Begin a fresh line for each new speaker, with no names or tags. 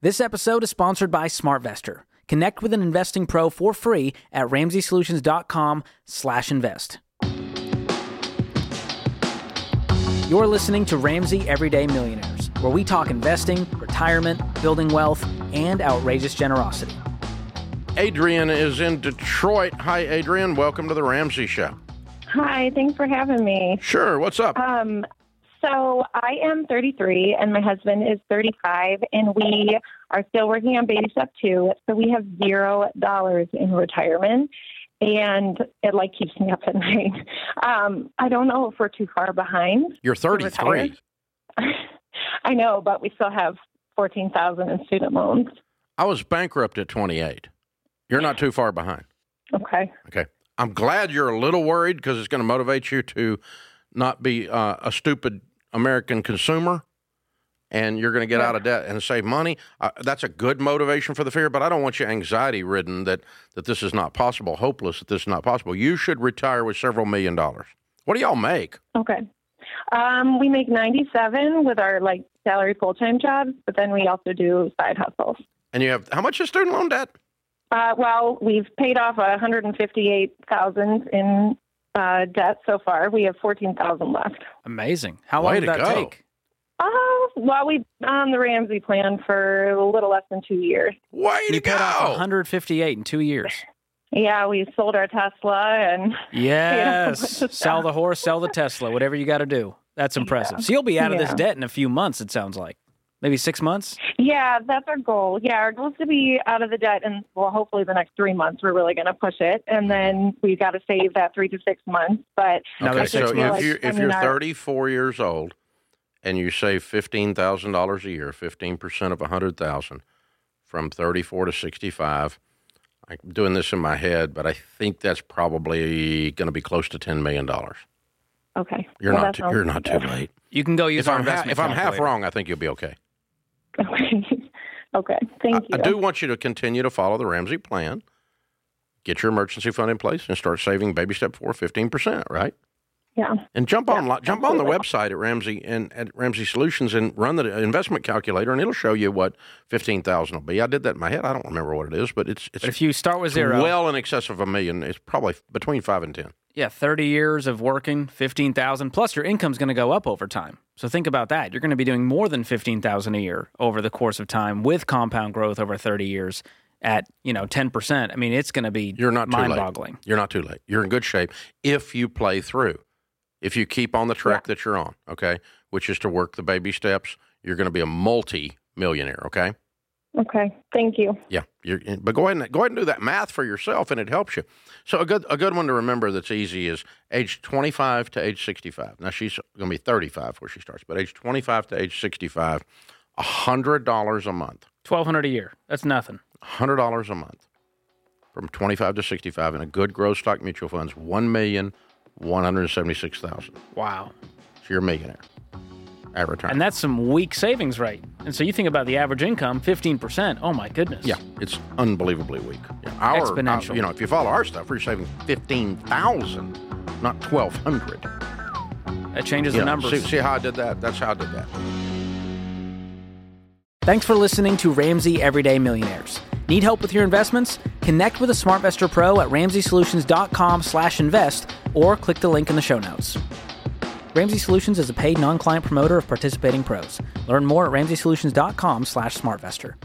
This episode is sponsored by SmartVestor. Connect with an investing pro for free at ramseysolutions.com slash invest. You're listening to Ramsey Everyday Millionaires, where we talk investing, retirement, building wealth, and outrageous generosity.
Adrian is in Detroit. Hi, Adrian. Welcome to the Ramsey Show.
Hi, thanks for having me.
Sure. What's up?
Um, so I am 33 and my husband is 35, and we are still working on baby step two. So we have zero dollars in retirement, and it like keeps me up at night. Um, I don't know if we're too far behind.
You're 33.
retired. I know, but we still have 14,000 in student loans.
I was bankrupt at 28. You're not too far behind.
Okay.
Okay. I'm glad you're a little worried because it's going to motivate you to not be uh, a stupid American consumer and you're going to get out of debt and save money. Uh, that's a good motivation for the fear, but I don't want you anxiety ridden that, that this is not possible, hopeless that this is not possible. You should retire with several million dollars. What do y'all make?
Okay. Um, we make 97 with our like salary full time jobs, but then we also do side hustles.
And you have how much is student loan debt?
Uh, well, we've paid off 158,000 in uh, debt so far. We have 14,000 left.
Amazing. How
Way
long did
to
that
go.
take?
Oh, well, we've been on the Ramsey plan for a little less than two years.
Way to
You
go!
paid off 158 in two years.
Yeah, we sold our Tesla and
Yes. sell the horse, sell the Tesla, whatever you got to do. That's impressive. So you'll be out of this
Yeah.
debt in a few months, it sounds like. Maybe six months?
yeah, that's our goal. Yeah, our goal is to be out of the debt and well, hopefully the next three months we're really going to push it, and then we've got to save that three to six months. But
Another
okay,
six
so
months.
if you if
I mean,
you're
our-
34 years old and you save fifteen thousand dollars a year, fifteen percent of a hundred thousand, from 34 to 65, I'm doing this in my head, but I think that's probably going to be close to 10 million dollars.
okay,
You're
Well,
not
that
too,
sounds
you're not too
good.
late.
You can go use
If
our
I'm ha-
investment
if I'm half
calculator.
wrong, I think you'll be okay.
Okay, okay,
I,
thank
I
you.
do want you to continue to follow the Ramsey plan. Get your emergency fund in place and start saving baby step four, 15%, right?
Yeah.
And jump
Yeah,
on li- jump on the
absolutely.
website at Ramsey and at Ramsey Solutions and run the investment calculator and it'll show you what fifteen thousand will be. I did that in my head. I don't remember what it is, but it's it's
But if you start with
it's
zero,
well in excess of a million. It's probably between five and ten.
yeah, 30 years of working, 15,000 plus your income's going to go up over time. So think about that. You're going to be doing more than 15,000 a year over the course of time with compound growth over 30 years at, you know, 10%. I mean, it's going to be
You're not too late.
mind-boggling.
You're not too late. You're in good shape if you play through. If you keep on the track that you're on, okay, which is to work the baby steps, you're going to be a multi millionaire, okay?
Okay, thank you.
Yeah, you're, eh, but go ahead and go ahead and do that math for yourself, and it helps you. So a good a good one to remember that's easy is age 25 to age 65. Now she's going to be 35 where she starts, but age 25 to age 65, hundred dollars a month,
1200 a year. That's nothing.
hundred dollars a month, from 25 to 65 in a good growth stock mutual funds, one million one hundred seventy six thousand.
Wow.
So you're a millionaire at retirement.
And that's some weak savings rate. And so you think about the average income, 15%. Oh my goodness.
Yeah, it's unbelievably weak. Yeah, our,
Exponential.
uh, you know, if you follow our stuff, we're saving fifteen thousand, not twelve hundred.
That changes the numbers.
See, see how I did that? That's how I did that.
Thanks for listening to Ramsey Everyday Millionaires. Need help with your investments? Connect with a SmartVestor Pro at ramseysolutions.com slash invest or click the link in the show notes. Ramsey Solutions is a paid non-client promoter of participating pros. Learn more at ramseysolutions.com slash smartvestor.